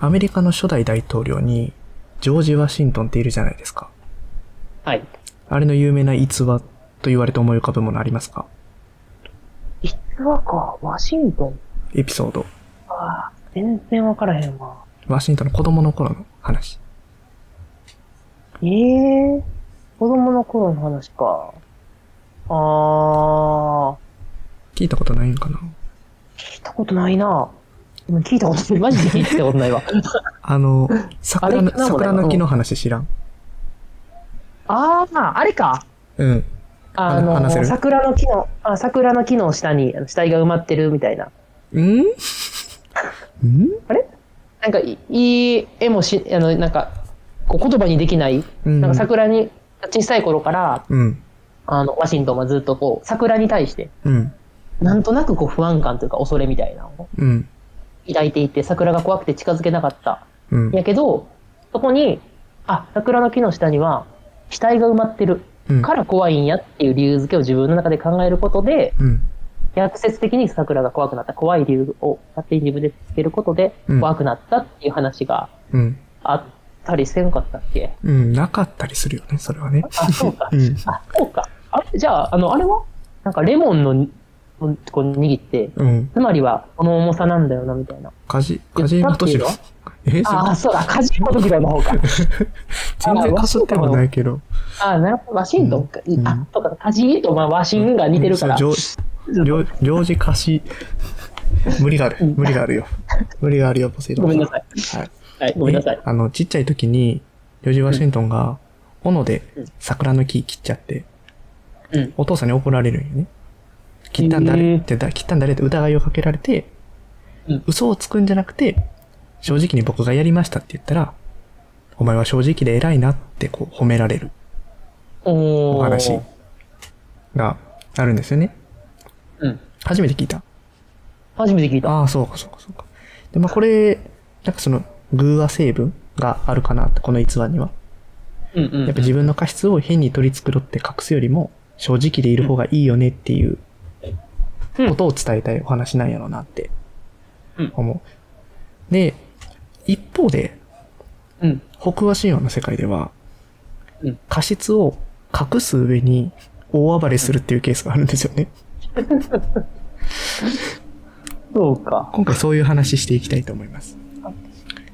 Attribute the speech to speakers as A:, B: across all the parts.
A: アメリカの初代大統領に、ジョージ・ワシントンっているじゃないですか。
B: はい。
A: あれの有名な逸話と言われて思い浮かぶものありますか
B: 逸話か、ワシントン。
A: エピソード。
B: ああ、全然わからへんわ。
A: ワシントンの子供の頃の話。
B: ええ子供の頃の話か。ああ、
A: 聞いたことないんかな
B: 聞いたことないな。でも聞いたことない。マジで聞いたことないわ。
A: あの、桜の
B: あれかな
A: 桜
B: 俺
A: の木の話知らん。
B: ああ、あれか。
A: うん。
B: あ
A: あ話せ
B: の、
A: る
B: 桜の木の、あ桜の木の下にあの死体が埋まってるみたいな。
A: んん
B: なんかいいい絵もし、あの、なんか、こう言葉にできない、
A: うん
B: なんか桜に、小さい頃から、
A: うん。
B: あの、ワシントンはずっとこう、桜に対して、
A: うん。
B: なんとなくこう不安感というか恐れみたいなのを
A: うん。
B: 抱いていて、桜が怖くて近づけなかった。
A: うん。
B: やけど、そこに、あ、桜の木の下には、死体が埋まってる
A: うん
B: から怖いんやっていう理由付けを自分の中で考えることで、
A: うん。
B: 逆説的に桜が怖くなった、怖い理由を勝手に自分でつけることで
A: うん、
B: 怖くなったっていう話が
A: うん。
B: あったりせんかったっけ
A: うん。なかったりするよね、それはね。
B: あ、そうか。
A: うん。
B: あ、そうか。あれじゃあ、あの、あれはなんかレモンの、こう握って、
A: うん。
B: つまりはこの重さなんだよな、みたいな。
A: かじ、かじまとしろ
B: だっ。
A: えー、
B: ああ、
A: そ
B: そうだ、カジノ時代の方か。
A: 全然かすってはないけど。
B: ああ、なるほど、ワシントンか。
A: ん
B: あ、そうか、カジと、まあ、ワシンが似てるから。
A: そう領領事貸し、 無理がある。無理があるよ。無理があるよ、ポセイドン
B: ごめんなさい。
A: い。はい。
B: はい、ごめんなさい
A: え。あの、ちっちゃい時に、ジョージ・ワシントンが、斧で桜の木切っちゃって、
B: うん。
A: お父さんに怒られるんよね。切ったん
B: へ
A: 誰
B: え
A: って、だ切ったん誰って疑いをかけられて、
B: うん
A: 嘘をつくんじゃなくて、正直に僕がやりましたって言ったら、お前は正直で偉いなってこう褒められる
B: おー
A: お話があるんですよね。
B: うん。
A: 初めて聞いた。
B: 初めて聞いた。
A: ああ、そうか、そうか、そうか。で、まあ、これ、なんかその、偶話成分があるかなって、この逸話には。
B: うんうん。
A: やっぱ自分の過失を変に取り繕って隠すよりも、正直でいる方がいいよねっていう
B: うん
A: ことを伝えたいお話なんやろうなって
B: うん
A: 思う。で、一方で、
B: うん。
A: 北和神話の世界では
B: うん、
A: 過失を隠す上に大暴れするっていうケースがあるんですよね。
B: そうか。
A: 今回そういう話していきたいと思います。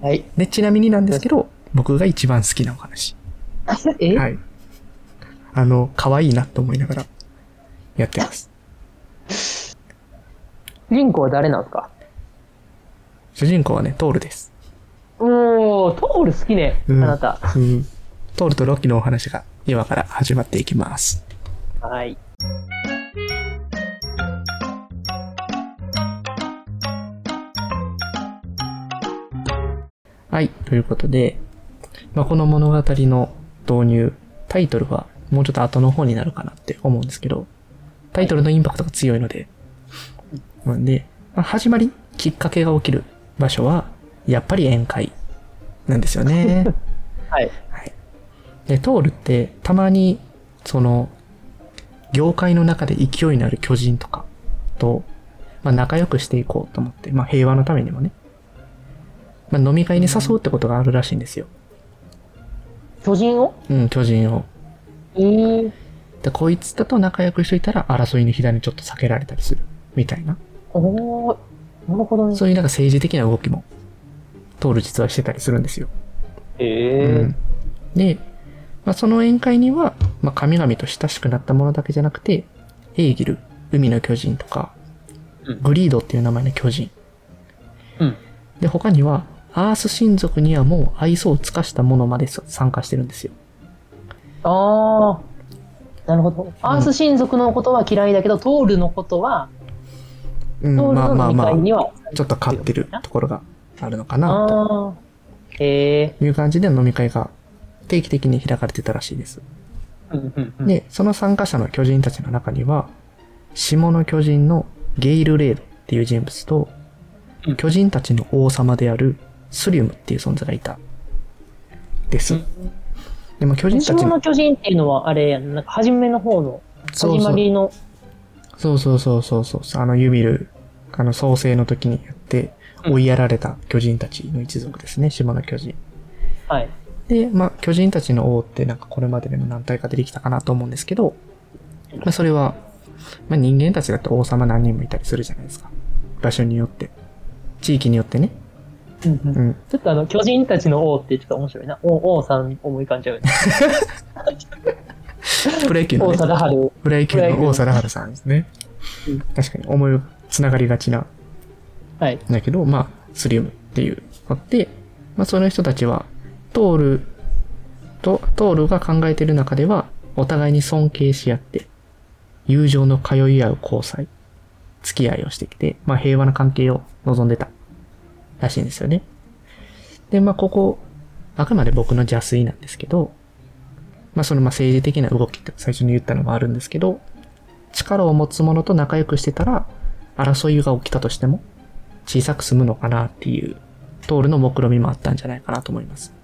B: はい。
A: で、ちなみになんですけど、僕が一番好きなお話。
B: え、
A: はい。あの、可愛いなと思いながらやってます。
B: リンコは誰なんですか
A: 主人公はね、トールです。
B: おー、トール好きね、
A: うん
B: あなた。
A: うん。トールとロキのお話が今から始まっていきます。
B: はい。
A: はい。ということで、まあ、この物語の導入、タイトルはもうちょっと後の方になるかなって思うんですけど、タイトルのインパクトが強いので、なんで、まあ、始まり、きっかけが起きる場所は、やっぱり宴会なんですよ ね。
B: はい。
A: はい。で、トールって、たまに、その、業界の中で勢いのある巨人とかと、まあ、仲良くしていこうと思って、まあ、平和のためにもね、まあ、飲み会に誘うってことがあるらしいんですよ。
B: 巨人を
A: うん、巨人を。
B: えー。
A: で、こいつだと仲良くしといたら、争いの火種ちょっと避けられたりする。みたいな。
B: おー、なるほどね。
A: そういうなんか政治的な動きも、トール実はしてたりするんですよ。
B: え
A: う
B: ー
A: ん。で、まあ、その宴会には、まあ、神々と親しくなったものだけじゃなくて、エーギル、海の巨人とか
B: うん、
A: グリードっていう名前の巨人。
B: うん。
A: で、他には、アース親族にはもう愛想を尽かしたものまで参加してるんですよ。
B: ああ、なるほど。アース親族のことは嫌いだけど、トールのことは、
A: うん、
B: トー
A: まあま
B: ルの
A: あ
B: 飲み
A: まあ
B: 会、には、
A: ちょっと勝ってるところがあるのかな、
B: ああ。へえ。
A: という感じで飲み会が定期的に開かれてたらしいです。
B: うんうんうん
A: で、その参加者の巨人たちの中には、下の巨人のゲイル・レードっていう人物と
B: うん、
A: 巨人たちの王様であるスリウムっていう存在がいた。です。でも巨人た
B: 下
A: ち
B: の
A: の、
B: 巨人っていうのは、あれやん、なんか初めの方の、
A: そうそう
B: 始まりの、
A: そうそうそうそうそう、あのユミル、あの創世の時にやって、
B: うん
A: 追いやられた巨人たちの一族ですね、島の巨人。
B: はい。
A: で、まあ、巨人たちの王ってなんかこれまででも何体か出てきたかなと思うんですけど、まあ、それは、まあ、人間たちだって王様何人もいたりするじゃないですか。場所によって。地域によってね。
B: うんうん
A: うん。
B: ちょっとあの、巨人たちの王ってちょっと面白いな。王、王さん思い浮かんじゃう よね。
A: プロ野球の
B: 王
A: ね、
B: 貞治。
A: プロ野球の王貞治さんですね
B: うん。
A: 確かに思いつながりがちな
B: はい。
A: だけど、まあ、スリウムっていうのって、まあ、その人たちは、トールと、トールが考えてる中では、お互いに尊敬し合って、友情の通い合う交際、付き合いをしてきて、まあ、平和な関係を望んでたらしいんですよね。で、まあ、ここ、あくまで僕の邪推なんですけど、まあ、その、まあ、政治的な動きって最初に言ったのもあるんですけど、力を持つ者と仲良くしてたら、争いが起きたとしても、小さく済むのかなっていう、トールの目論見みもあったんじゃないかなと思います。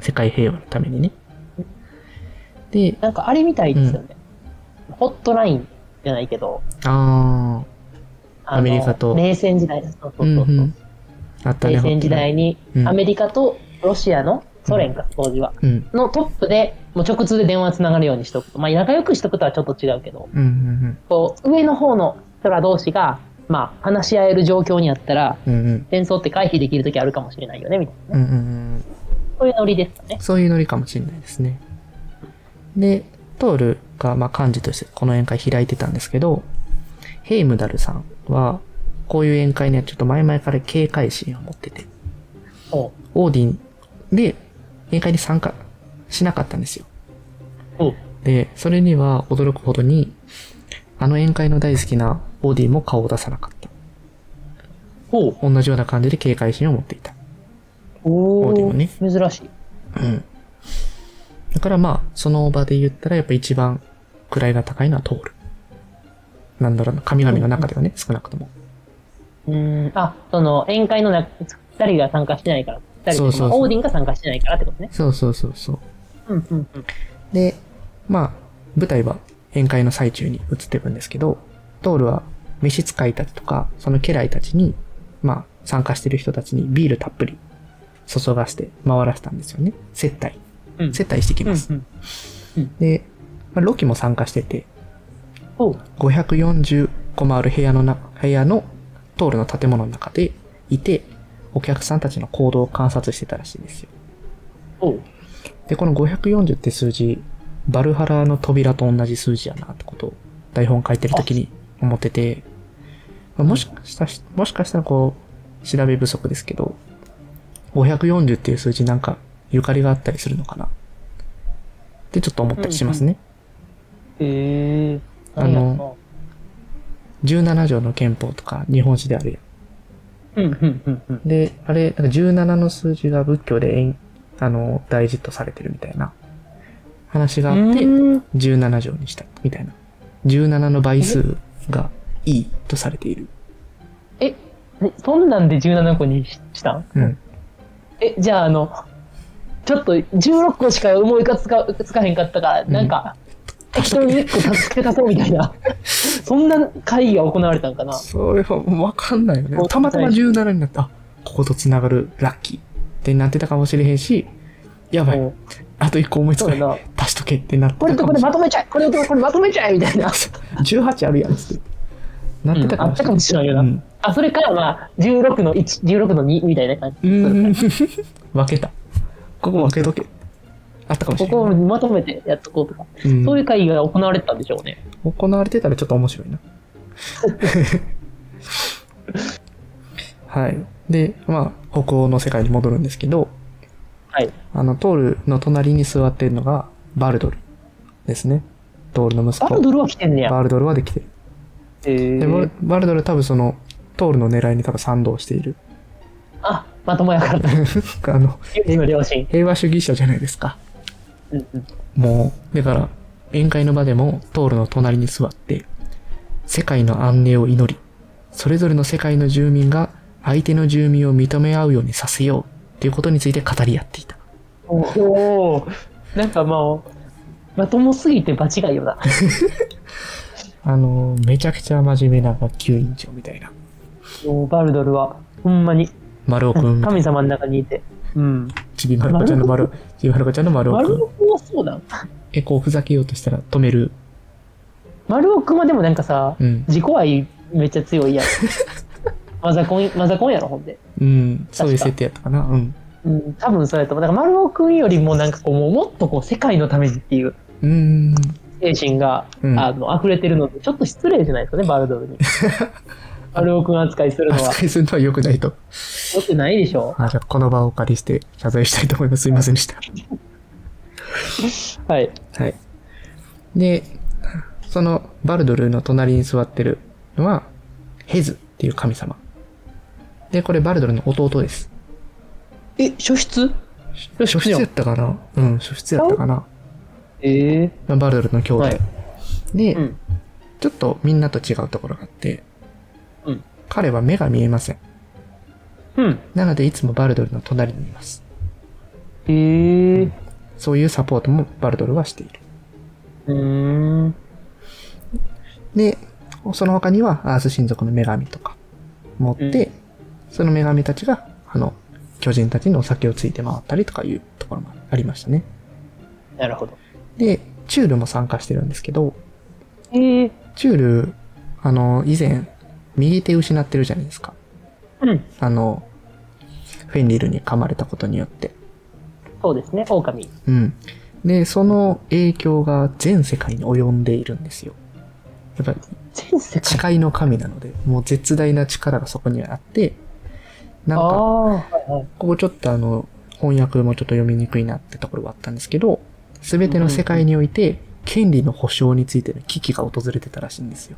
A: 世界平和のためにね。で、
B: なんかあれみたいですよね。ホットラインじゃないけど、
A: あ
B: あの
A: アメリカと
B: 冷戦時代そうそう
A: ー、
B: そうそう
A: うんうんあったね。
B: 冷戦時代に
A: うん
B: アメリカとロシアのソ連か当時は
A: 本当にうん。
B: のトップでもう直通で電話つながるようにしとくとまあ仲良くしとくとはちょっと違うけど
A: うんうん
B: こう上の方の人ら同士がまあ話し合える状況にあったら
A: うん。うんうん。
B: 戦争って回避できる時あるかもしれないよねみたいな
A: うんうんうん。
B: そういうノリですかね
A: そういうノリかもしれないですね。で、トールが、まあ、幹事としてこの宴会開いてたんですけど、ヘイムダルさんは、こういう宴会にはちょっと前々から警戒心を持ってて、
B: おう
A: オーディンで宴会に参加しなかったんですよ。
B: うん
A: で、それには驚くほどに、あの宴会の大好きなオーディも顔を出さなかった。
B: おう
A: 同じような感じで警戒心を持っていた。
B: お
A: オーディ
B: お、
A: もね
B: 珍しい
A: うん。だからまあ、その場で言ったらやっぱ一番位が高いのは通る。なんだろうな、神々の中ではね、少なくとも。
B: うーんあその宴会のな2人が参加してないから2人
A: そうそうそう
B: まあオーディンが参加してないからってことね
A: そうそうそうそう。
B: うんうんうん
A: で、まあ、舞台は宴会の最中に移っていくんですけど、トールは召使いたちとか、その家来たちに、まあ、参加してる人たちにビールたっぷり注がして回らせたんですよね。接待。
B: うん
A: 接待してきます。
B: うんうん
A: で、まあロキも参加してて、
B: おう
A: 545もある部屋のな、部屋のトールの建物の中でいて、お客さんたちの行動を観察してたらしいですよ。
B: おう
A: で、この540って数字、バルハラの扉と同じ数字やなってことを台本書いてる時に思ってて、まあもしかしたし、もしかしたらこう、調べ不足ですけど、540っていう数字なんか、ゆかりがあったりするのかなってちょっと思ったりしますね。
B: へえ。
A: あの17条の憲法とか日本史であるやん。
B: 何やったの、うんうんうん
A: で、あれ、なんか17の数字が仏教で縁あの、大事とされてるみたいな話があ
B: うん。
A: って、
B: うん
A: 17条にした、みたいな。17の倍数がいいとされている。
B: え、えそんなんで17個にししたん
A: うん。
B: え、じゃああの、ちょっと16個しか思いかつかつかへんかったから、
A: ん
B: なんか、適当に1個助け足そうみたいな、 そんな会議が行われたんかな。
A: それはわかんないよね
B: そう。
A: たまたま17になった。あ、ここと繋がるラッキーってなってたかもしれへんし、やばい。
B: もう
A: あと1個思いつ
B: そう
A: か
B: や
A: ない。
B: な。
A: 足しとけってなって
B: これ
A: た
B: と
A: か
B: こ
A: も
B: れ
A: しれない。
B: まとめちゃえこれとこれまとめちゃえみたいな。
A: 18あるやんっつって。なってたか
B: あ
A: も
B: っ
A: しれな
B: たか
A: い。
B: もしれないよな。
A: うん
B: あ、それからまあ、16の1、16の2みたいな感じ。
A: うーん。 分けた。ここ分けとけ。あったかもし
B: こ
A: れない。
B: こをまとめてやっとこうとか。
A: うん
B: そういう会議が行われてたんでしょうね。
A: 行われてたらちょっと面白いな。はい。で、まあ、北欧の世界に戻るんですけど、
B: はい。
A: あの、トールの隣に座ってるのが、バルドルですね。トールの息
B: バ
A: 子。
B: ルドルは来てんねや。
A: バルドルはできてる。
B: え
A: でバル
B: ー、
A: バルドルは多分その、トールの狙いに多分賛同している。
B: あ、まともやからだ。
A: あの、
B: ユージの両親。
A: 平和主義者じゃないですか。
B: うんうん
A: もう、だから、宴会の場でも、トールの隣に座って、世界の安寧を祈り、それぞれの世界の住民が相手の住民を認め合うようにさせようっていうことについて語り合っていた。
B: おお。なんかもう、まともすぎて場違いよな。
A: あのー、めちゃくちゃ真面目な学級委員長みたいな。
B: もうバルドルは、ほんまに。
A: 丸尾く んみたいな、
B: 神様の中にいて。うん。
A: ちびまる子ちゃんの丸、ちびまる子ちゃんの丸尾く
B: 丸
A: ん。
B: 尾くんはそうだ。
A: え、こうふざけようとしたら止める。
B: 丸尾くんはでもなんかさ、
A: うん。
B: 自己愛めっちゃ強 いやん。マザコン、マザコンやろ、ほんで。
A: うん。そういう
B: 確か
A: 設定やったかな。うん。
B: うん、多分そうやと思う。だから丸尾くんよりもなんかこう、もうもっとこう、世界のためにっていう
A: うーん。
B: 精神が、
A: うん
B: あの、溢れてるので、ちょっと失礼じゃないですかね、バルド ルに。丸尾くん扱いするのは
A: 扱いするのは良くないと。
B: 良くないでしょ
A: あじゃあこの場をお借りして謝罪したいと思います。すいませんでした。
B: う。はい。
A: はい。で、そのバルドルの隣に座ってるのは、ヘズっていう神様。で、これバルドルの弟です。
B: え、初出
A: 初出やったかなうん、初出やったかな。
B: ええ
A: まあバルドルの兄弟。
B: はい
A: で、
B: うん。
A: ちょっとみんなと違うところがあって、
B: うん
A: 彼は目が見えません。
B: うん。
A: なので、いつもバルドルの隣にいます。
B: ええ
A: そういうサポートもバルドルはしている。
B: うーん。
A: で、その他にはアース親族の女神とか持って、その女神たちが、あの、巨人たちにお酒をついて回ったりとかいうところもありましたね。
B: なるほど。
A: で、チュールも参加してるんですけど、
B: ええ
A: チュール、あの、以前、右手失ってるじゃないですか。
B: うん。
A: あの、フェンリルに噛まれたことによって。
B: そうですね、狼。
A: うん。で、その影響が全世界に及んでいるんですよ。やっぱ
B: 全世界。
A: 誓いの神なので、もう絶大な力がそこにあって、なん
B: ああ
A: か、
B: ー、はいはい。
A: ここちょっとあの、翻訳もちょっと読みにくいなってところはあったんですけど、すべての世界において、権利の保障についての危機が訪れてたらしいんですよ。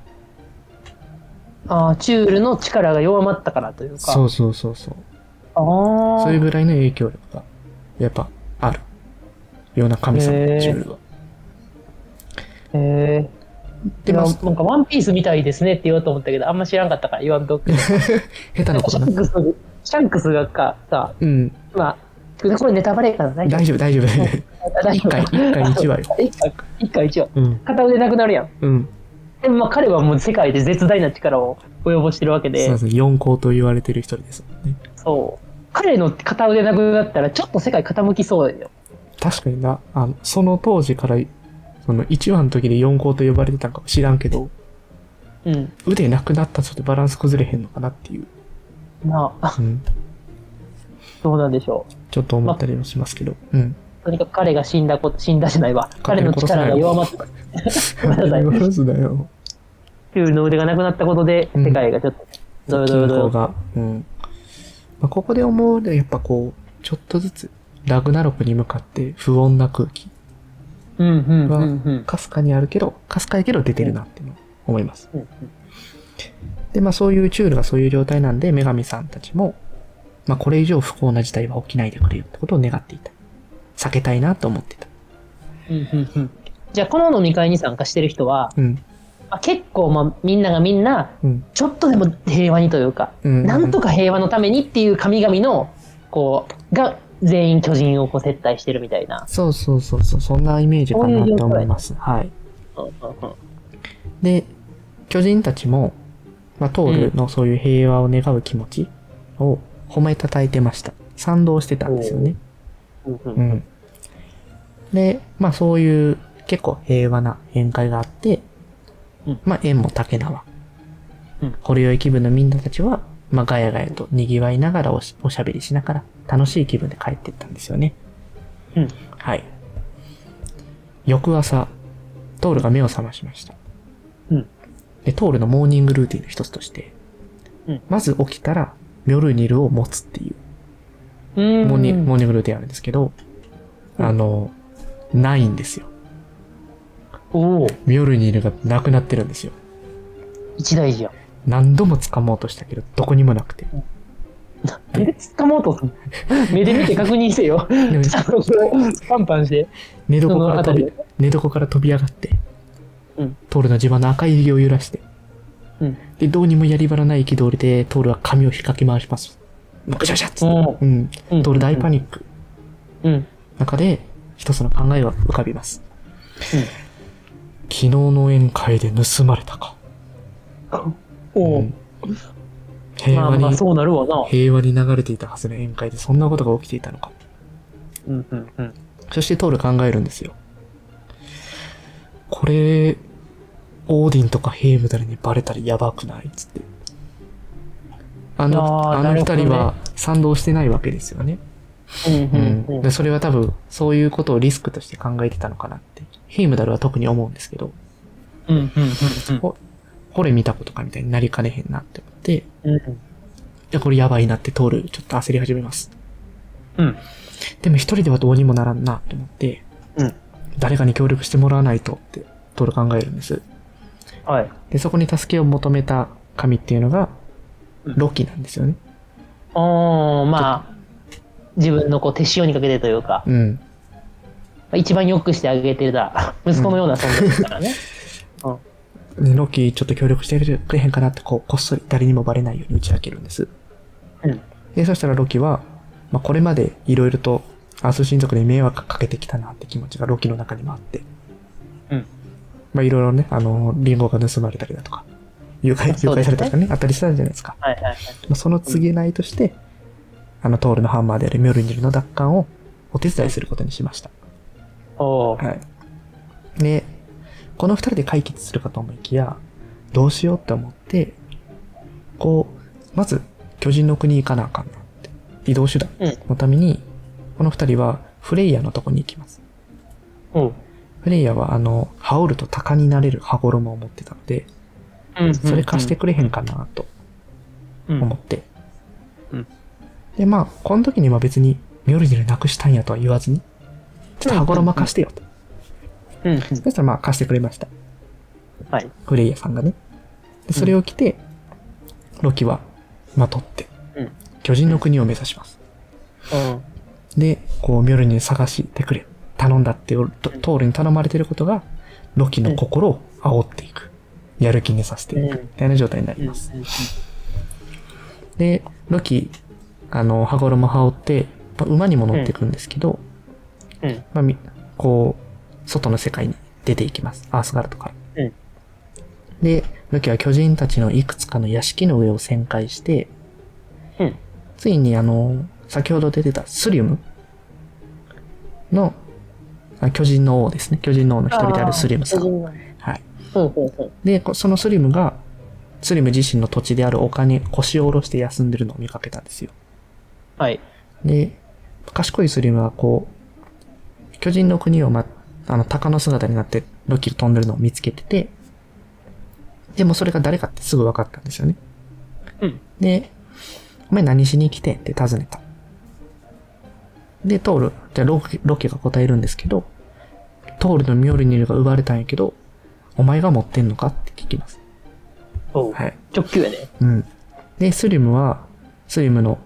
B: ああ、チュールの力が弱まったからというか。
A: そうそうそうそう。
B: ああ。
A: そういうぐらいの影響力が、やっぱ、ある。ような神様、チ
B: へー
A: ュールは。
B: へえ
A: で、まあ、下
B: なんかワンピースみたいですねって言おうと思ったけど、あんま知らんかったから言わんとくけど。
A: 手なこと
B: シ
A: な
B: ャン。クス、シャンクスがか、さ、
A: うん。
B: まあ、これネタバレかな大
A: 大丈夫、大丈夫。
B: 夫
A: 一回、一回一話よ。
B: 一回、 一回一話。
A: うん。
B: 片腕なくなるやん。
A: うん。
B: でもまあ彼はもう世界で絶大な力を及ぼしてるわけ
A: そう
B: で
A: で、すね。四皇と言われてる一人ですもんね。
B: そう。彼の片腕なくなったらちょっと世界傾きそうだよ。
A: 確かにな、あの、その当時から、その1話の時で4校と呼ばれてたんかも知らんけど、
B: うん。
A: 腕なくなったとでバランス崩れへんのかなっていう、
B: まあ、
A: うん、
B: どうなんでしょ
A: ちょっと思ったりもしますけど、うん。
B: う。とにかく彼が死んだこと、死んだじゃないわ。彼の力が弱まった。ごめんなさい
A: バランスだよ。
B: チュールの腕がなくなったことで、
A: うん
B: 世界がちょっと、どよどよど
A: 方
B: よ。
A: が、うん。まあ、ここで思うのはやっぱこう、ちょっとずつ、ラグナロクに向かって不穏な空気、
B: うんうんうん
A: が
B: うん
A: かすかにあるけど、かすかやけど出てるなっていうのを思います。
B: うんうん。
A: で、まあそういうチュールがそういう状態なんで、女神さんたちも、まあこれ以上不幸な事態は起きないでくれよってことを願っていた。避けたいなと思っていた。
B: うんうんうんじゃあ、この飲み会に参加してる人は、
A: うん。
B: まあ、結構、まあ、みんながみんな、
A: うん。
B: ちょっとでも平和にというか、
A: うん
B: なんとか平和のためにっていう神々の、こう、が全員巨人をこう接待してるみたいな。
A: そうそうそうそう、そんなイメージかなって思います。はい。で、巨人たちも、まあトールのそういう平和を願う気持ちを褒めたたえてました。賛同してたんですよね。
B: うんう
A: うんん。で、まあそういう結構平和な宴会があって、
B: うん
A: まあ縁も竹縄。
B: うん
A: 掘り良い気分のみんなたちは、まあガヤガヤと賑わいながらおしおしゃべりしながら楽しい気分で帰っていったんですよね。
B: うん
A: はい。翌朝、トールが目を覚ましました。
B: うん
A: で、トールのモーニングルーティンの一つとして、
B: うん
A: まず起きたら、ミョルニルを持つっていう
B: うん
A: モーニング、モーニングルーティンあるんですけど、
B: うん
A: あの、ないんですよ。
B: おお、
A: ミョルニルがなくなってるんですよ。
B: 一大事や。
A: 何度も掴もうとしたけど、どこにもなくて。
B: 目で掴もうとする。目で見て確認してよ。
A: でも
B: ちゃんとこうパンパンして。
A: 寝
B: そ
A: 床か
B: の
A: ら
B: あた
A: 飛
B: り
A: び
B: で、。
A: 寝床から飛び上がって、
B: うん
A: トールの地盤の赤い指を揺らして、
B: うん。
A: で、どうにもやり場のない憤りで、トールは髪を引っ掛き回します。ぐしゃぐしゃっつって。
B: お
A: うん。
B: うん
A: トール大パニック。
B: うん。
A: 中で、一つの考えが浮かびます。昨日の宴会で盗まれたか。う
B: おお
A: ん。平
B: まあ
A: 和に、
B: まあそうなるわな。
A: 平和に流れていたはずの宴会でそんなことが起きていたのか。
B: うんうんうん。
A: そしてトール考えるんですよ。これ、オーディンとかヘイムダルにバレたらやばくないっつって。あの、
B: あー
A: あ
B: な
A: の二
B: るほどね
A: 人は賛同してないわけですよね。
B: うんうんう
A: で
B: ん。
A: それは多分、そういうことをリスクとして考えてたのかなって。ヘイムダルは特に思うんですけど、
B: うんうん
A: これ見たことかみたいになりかねへんなって思って、い
B: うんうん。
A: や、これやばいなってトールちょっと焦り始めます。
B: うん。
A: でも一人ではどうにもならんなって思って、
B: うん
A: 誰かに協力してもらわないとってトール考えるんです。
B: はい。
A: で、そこに助けを求めた神っていうのが、
B: うん
A: ロキなんですよね。
B: おー、まあ、自分のこう手塩にかけてというか、
A: うん。
B: 一番良くしてあげてた 息子のような存在ですからね。
A: でロキちょっと協力してくれへんかなって、こう、こっそり誰にもバレないように打ち明けるんです。
B: うん。
A: で、そしたらロキは、まあ、これまでいろいろとアース親族に迷惑かけてきたなって気持ちがロキの中にもあって、
B: うん。
A: まあ、いろいろね、あの、リンゴが盗まれたりだとか、誘拐、誘
B: そう
A: 拐
B: ですね
A: されたりとかね、あったりしたんじゃないですか。
B: はいはいはい。
A: まあ、その告げないとして、あの、トールのハンマーであるミョルニルの奪還をお手伝いすることにしました。
B: おー。
A: はい。で、この二人で解決するかと思いきや、どうしようって思って、こう、まず、巨人の国行かなあかんなって。移動手段
B: うん
A: のために、この二人はフレイヤのとこに行きます。
B: おう。
A: フレイヤは、あの、羽織ると鷹になれる羽衣を持ってたので、
B: うん
A: それ貸してくれへんかなと
B: うん
A: 思って。
B: うん
A: で、まあ、この時には別に、ミョルニルなくしたんやとは言わずに、ちょっと羽衣貸してよと。
B: うんうん。
A: そしたらまあ貸してくれました。
B: はい。
A: フレイヤさんがね。で、それを着て、ロキは、まとって、
B: うん
A: 巨人の国を目指します。
B: うん。
A: で、こう、ミョルニル探してくれ。頼んだって、トトールに頼まれてることが、ロキの心を煽っていく。やる気にさせていく。
B: うん
A: みたいな状態になります。で、ロキ、あの、羽衣羽織って、まあ馬にも乗っていくんですけど、
B: うん。
A: まあ、みこう、外の世界に出ていきます。アースガルトから。
B: うん
A: で、ロキは巨人たちのいくつかの屋敷の上を旋回して、
B: うん。
A: ついにあの、先ほど出てたスリウムの、あ巨人の王ですね。巨人の王の一人であるスリウムさ。
B: うんん。
A: はい。
B: ほうほうほう。
A: で、こそのスリムが、スリム自身の土地である丘に腰を下ろして休んでるのを見かけたんですよ。
B: はい。
A: で、賢いスリムはこう、巨人の国をま、あの、鷹の姿になって、ロキが飛んでるのを見つけてて、でもそれが誰かってすぐ分かったんですよね。
B: うん。
A: で、お前何しに来てんって尋ねた。で、トール、じゃあロキ、ロキが答えるんですけど、トールのミョルニルが奪われたんやけど、お前が持ってんのかって聞きます。
B: おう。
A: はい。
B: 直球やね。
A: うん。で、スリムは、スリムの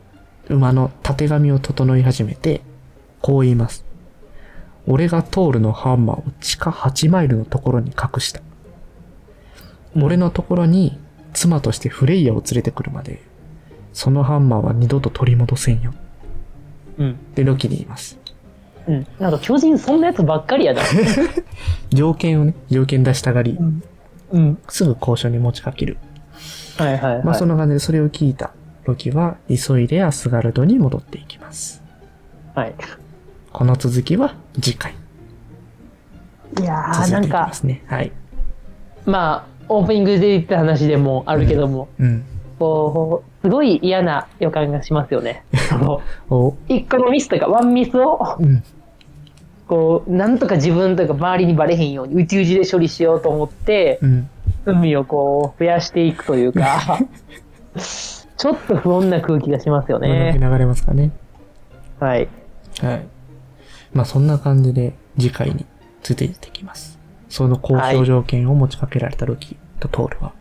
A: 馬のたてがみを整い始めて、こう言います。俺がトールのハンマーを地下8マイルのところに隠した。俺のところに妻としてフレイヤを連れてくるまで、そのハンマーは二度と取り戻せんよ。
B: うん。
A: で、ロキに言います。
B: うん。なんか巨人そんなやつばっかり やな。
A: 条件をね、条件出したがり、
B: うん。
A: すぐ交渉に持ちかける。
B: はいはいはい。
A: まあ、そんな感じでそれを聞いたロキは、急いでアスガルドに戻っていきます。
B: はい。
A: この続きは次回。
B: いや
A: 続
B: ー、
A: い
B: な
A: て
B: ん
A: いき
B: か
A: ま、すね。はい。
B: まあ、オープニングで言った話でもあるけども、
A: うん。
B: こう、すごい嫌な予感がしますよ ね。その
A: お、
B: 一個のミスというか、ワンミスを、
A: うん。
B: こう、なんとか自分というか周りにバレへんように、宇宙地で処理しようと思って
A: う、ん。
B: 海をこう、増やしていくというか、ちょっと不穏な空気がしますよ
A: これだけ
B: ね。
A: 流れますかね。
B: はい。
A: はい。まあ、そんな感じで次回についていってきます。その交渉条件を持ちかけられたロキとトールは、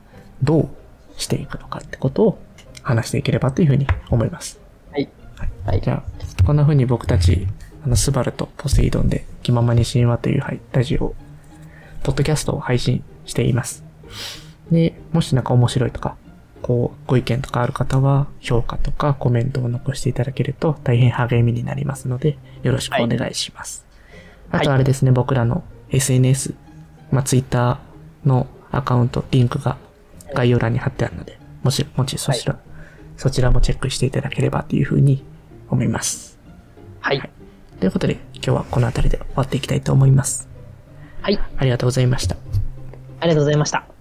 A: どうしていくのかってことを話していければというふうに思います。
B: はい。はい
A: じ。ゃあ、こんな風に僕たち、あの、スバルとポセイドンで気ままに神話というはいラジオ、ポッドキャストを配信しています。で、もしなんか面白いとか、こう、ご意見とかある方は、評価とかコメントを残していただけると大変励みになりますので、よろしくお願いします。
B: はい
A: あとあれですね、僕らの SNS、まあ、Twitter のアカウント、リンクが概要欄に貼ってあるので、もし、もしそちら、そちらもチェックしていただければというふうに思います。
B: はい。
A: ということで、今日はこの辺りで終わっていきたいと思います。
B: はい。
A: ありがとうございました。
B: ありがとうございました。